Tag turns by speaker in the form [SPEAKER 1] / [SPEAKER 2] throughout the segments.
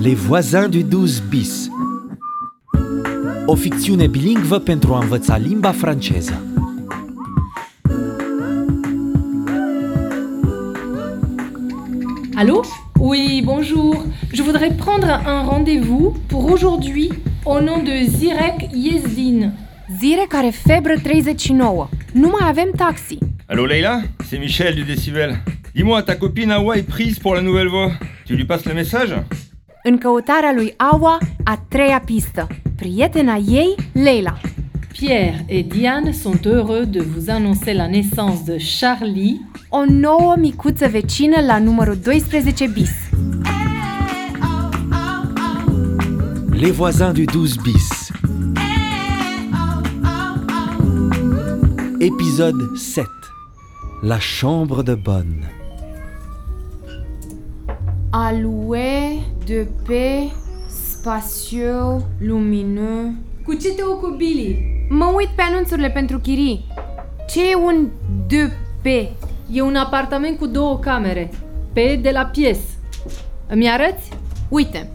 [SPEAKER 1] Les voisins du 12 bis O ficțiune bilingvă pentru a învăța limba franceză.
[SPEAKER 2] Allô Oui, bonjour. Je voudrais prendre un rendez-vous pour aujourd'hui au nom de Zirek Yezdin.
[SPEAKER 3] Zire care febră 39. Nu mai avem taxi.
[SPEAKER 4] Allô Leïla C'est Michel du Décibel. Dis-moi, ta copine Hawa est prise pour la nouvelle voie. Tu lui passes le message
[SPEAKER 3] În căutarea lui Aua, a treia pistă. Prietena ei, Leila.
[SPEAKER 2] Pierre et Diane sont heureux de vous annoncer la naissance de Charlie.
[SPEAKER 3] O nouă micuță vecină la numărul 12 bis.
[SPEAKER 1] Les voisins du 12 bis. Épisode 7. La chambre de bonne.
[SPEAKER 3] Alue, de pe, spațiu, lumineux.
[SPEAKER 2] Cu ce te ocupi, Billy?
[SPEAKER 3] Mă uit pe anunțurile pentru chirii. Ce e un de pe?
[SPEAKER 2] E un apartament cu două camere. Pe de la piesă. Îmi arăți?
[SPEAKER 3] Uite,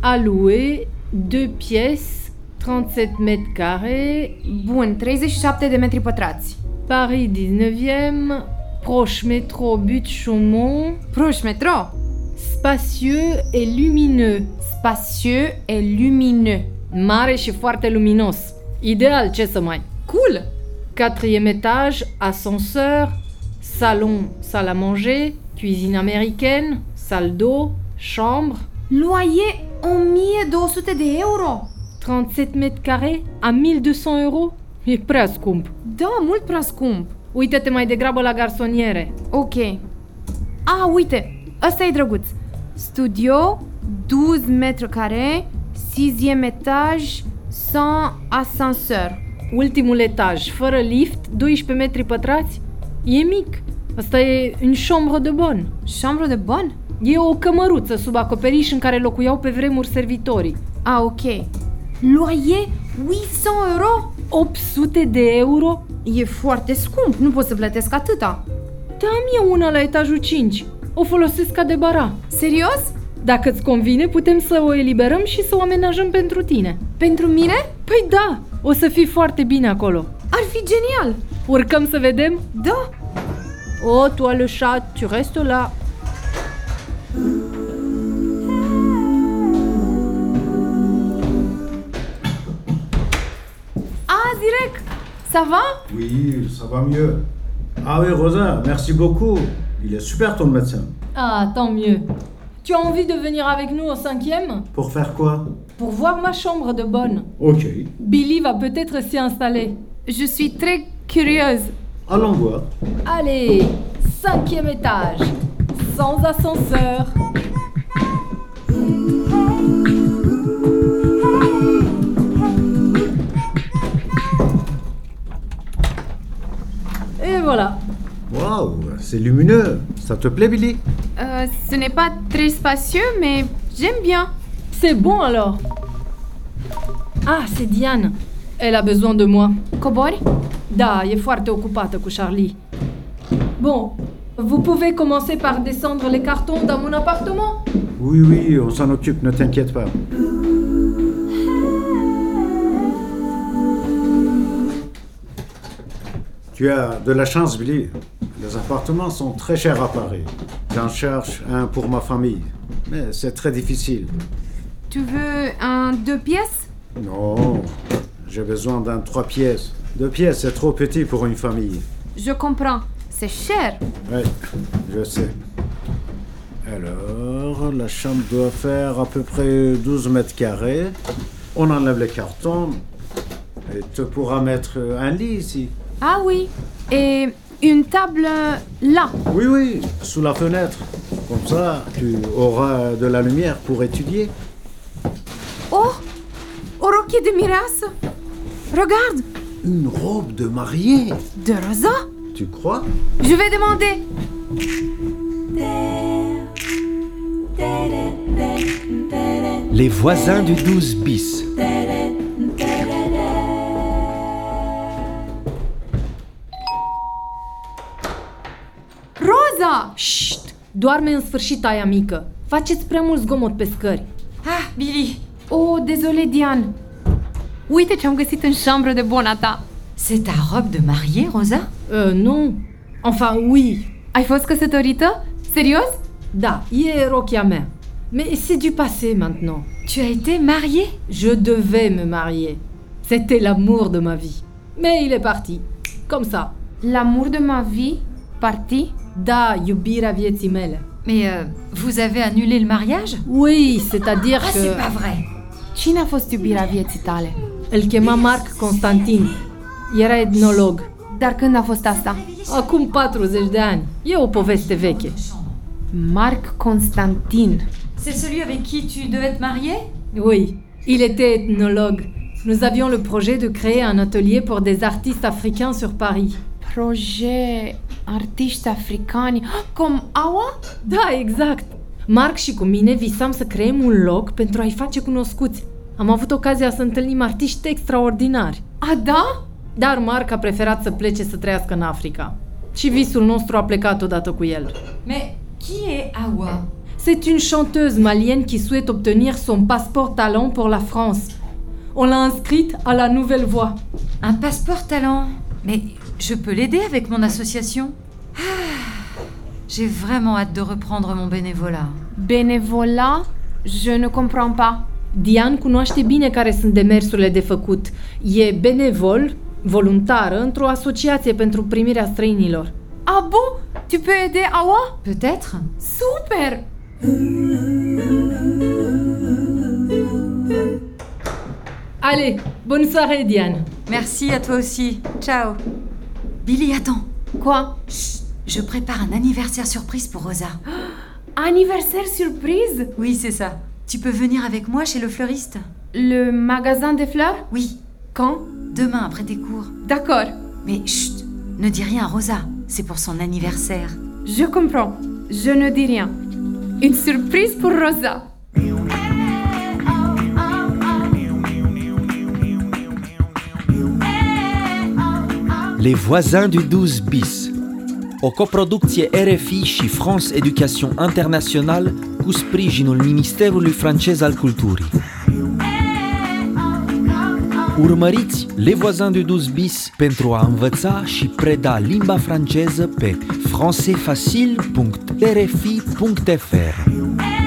[SPEAKER 2] A louer deux pièces, 37 mètres carrés,
[SPEAKER 3] bun, 37 de metri pătrați.
[SPEAKER 2] Paris 19e, proche métro Butte-Chaumont,
[SPEAKER 3] Proș metro,
[SPEAKER 2] spacieux et lumineux.
[SPEAKER 3] spațiu e lumineux.
[SPEAKER 2] Mare și foarte luminos. Ideal, ce să mai.
[SPEAKER 3] Cool!
[SPEAKER 2] Quatrième étage, ascenseur, salon, salle à manger, cuisine américaine, salle d'eau, chambre,
[SPEAKER 3] Loyer 1200 de euro?
[SPEAKER 2] 37 mètres carrés à 1200 euros. E prea scump.
[SPEAKER 3] Da, mult prea scump.
[SPEAKER 2] Uită-te mai degrabă la garsoniere.
[SPEAKER 3] Ok. A, uite, ăsta e drăguț. Studio, 12 metri care, 6 etaj, sans ascenseur.
[SPEAKER 2] Ultimul etaj, fără lift, 12 metri pătrați, e mic. Asta e în chambre de bonne.
[SPEAKER 3] Chambre de bon?
[SPEAKER 2] E o cămăruță sub acoperiș în care locuiau pe vremuri servitorii.
[SPEAKER 3] A, Ah, ok. Loyer 800 euro?
[SPEAKER 2] 800 de euro?
[SPEAKER 3] E foarte scump, nu pot să plătesc atâta.
[SPEAKER 2] Da, am eu una la etajul 5. O folosesc ca de bara.
[SPEAKER 3] Serios?
[SPEAKER 2] Dacă îți convine, putem să o eliberăm și să o amenajăm pentru tine.
[SPEAKER 3] Pentru mine?
[SPEAKER 2] Păi da, o să fii foarte bine acolo.
[SPEAKER 3] Ar fi genial!
[SPEAKER 2] Urcăm să vedem?
[SPEAKER 3] Da!
[SPEAKER 2] O, tu le chat, tu restes là.
[SPEAKER 3] A, Zirec! Ça va?
[SPEAKER 5] Oui, ça va mieux. Ah oui, Rosa, merci beaucoup. Il est super ton médecin.
[SPEAKER 2] Ah, tant mieux. Tu as envie de venir avec nous au cinquième
[SPEAKER 5] Pour faire quoi
[SPEAKER 2] Pour voir ma chambre de bonne.
[SPEAKER 5] Ok.
[SPEAKER 2] Billy va peut-être s'y installer.
[SPEAKER 3] Je suis très curieuse.
[SPEAKER 5] Allons voir.
[SPEAKER 2] Allez, cinquième étage, sans ascenseur. Et voilà.
[SPEAKER 5] Waouh, c'est lumineux. Ça te plaît, Billy
[SPEAKER 3] Euh, ce n'est pas très spacieux, mais j'aime bien.
[SPEAKER 2] C'est bon alors. Ah, c'est Diane. Elle a besoin de moi.
[SPEAKER 3] Cobori?
[SPEAKER 2] Da, e foarte ocupată cu Charlie. Bon, vous pouvez commencer par descendre les cartons dans mon appartement
[SPEAKER 5] Oui, oui, on s'en occupe, ne t'inquiète pas. Tu as de la chance, Billy. Les appartements sont très chers à Paris. J'en cherche un pour ma famille. Mais c'est très difficile.
[SPEAKER 3] Tu veux un deux pièces?
[SPEAKER 5] Non, j'ai besoin d'un trois pièces. Deux pièces, c'est trop petit pour une famille.
[SPEAKER 3] Je comprends. C'est cher.
[SPEAKER 5] Oui, je sais. Alors, la chambre doit faire à peu près 12 mètres carrés. On enlève les cartons et tu pourras mettre un lit ici.
[SPEAKER 3] Ah oui. Et une table euh, là.
[SPEAKER 5] Oui, oui, sous la fenêtre. Comme ça, tu auras de la lumière pour étudier.
[SPEAKER 3] Oh! O rochie de mireasă. Regarde!
[SPEAKER 5] Une robe de mariée,
[SPEAKER 3] De rosa?
[SPEAKER 5] tu crois
[SPEAKER 3] Je vais demander.
[SPEAKER 1] Les voisins du 12 bis.
[SPEAKER 3] Roza!
[SPEAKER 2] Chut, Doarme în sfârșit aia mică. Faceți prea mult zgomot pe scări.
[SPEAKER 3] Ah, Billy! Oh, désolé, Diane! Uite ce am găsit în chambră de bona ta!
[SPEAKER 6] C'est ta robe de mariée, Rosa
[SPEAKER 2] Uh, nu. Enfin, oui.
[SPEAKER 3] Ai fost căsătorită? Serios?
[SPEAKER 2] Da, e rochia mea. Mais c'est du passé maintenant.
[SPEAKER 6] Tu as été mariée
[SPEAKER 2] Je devais me marier. C'était l'amour de ma vie. Mais il est parti. Comme ça.
[SPEAKER 3] L'amour de ma vie, parti?
[SPEAKER 2] Da, iubirea vieții mele.
[SPEAKER 6] Mais euh, vous avez annulé le mariage
[SPEAKER 2] Oui, c'est-à-dire
[SPEAKER 6] Ah,
[SPEAKER 2] que
[SPEAKER 6] c'est pas vrai
[SPEAKER 3] Cine a fost iubirea vieții tale?
[SPEAKER 2] îl chema Marc Constantin. Era etnolog.
[SPEAKER 3] Dar când a fost asta?
[SPEAKER 2] Acum 40 de ani. E o poveste veche.
[SPEAKER 3] Marc Constantin.
[SPEAKER 6] C'est celui avec qui tu devais te marier
[SPEAKER 2] Oui, il était ethnologue. Nous avions le projet de créer un atelier pour des artistes africains sur Paris.
[SPEAKER 3] Projet artiști africani. Cum aua?
[SPEAKER 2] Da, exact. Marc și cu mine visam să creăm un loc pentru a-i face cunoscuți. Am avut ocazia să întâlnim artiști extraordinari.
[SPEAKER 3] A, da?
[SPEAKER 2] Dar Marc a preferat să plece să trăiască în Africa. Și visul nostru a plecat odată cu el.
[SPEAKER 6] Mais qui est Awa
[SPEAKER 2] C'est une chanteuse malienne qui souhaite obtenir son passeport talent pour la France. On l'a inscrite à la Nouvelle Voie.
[SPEAKER 6] Un passeport talent Mais je peux l'aider avec mon association Ah, J'ai vraiment hâte de reprendre mon bénévolat.
[SPEAKER 3] Benevola? Je ne comprends pas.
[SPEAKER 2] Diane cunoaște bine care sunt demersurile de făcut. E benevol, voluntară, într-o asociație pentru primirea străinilor.
[SPEAKER 3] Ah bon? Tu peux aider Awa?
[SPEAKER 6] Peut-être
[SPEAKER 3] Super!
[SPEAKER 2] Allez, bonne soirée, Diane!
[SPEAKER 6] Merci à toi aussi. Ciao Billy, attends
[SPEAKER 3] Quoi?
[SPEAKER 6] Je prépare un anniversaire surprise pour Rosa.
[SPEAKER 3] Anniversaire surprise?
[SPEAKER 6] Oui, c'est ça. Tu peux venir avec moi chez le fleuriste
[SPEAKER 3] Le magasin de fleurs?
[SPEAKER 6] Oui,
[SPEAKER 3] Quand?
[SPEAKER 6] demain après tes cours.
[SPEAKER 3] D'accord.
[SPEAKER 6] Mais chut, ne dis rien à Rosa, c'est pour son anniversaire.
[SPEAKER 3] Je comprends. Je ne dis rien. Une surprise pour Rosa.
[SPEAKER 1] Les voisins du 12 bis. O coproducție RFI și France Education International cu sprijinul Ministerului francez al Culturii. Urmăriți Les voisins du 12 bis pentru a învăța și preda limba franceză pe francefacil.rfi.fr.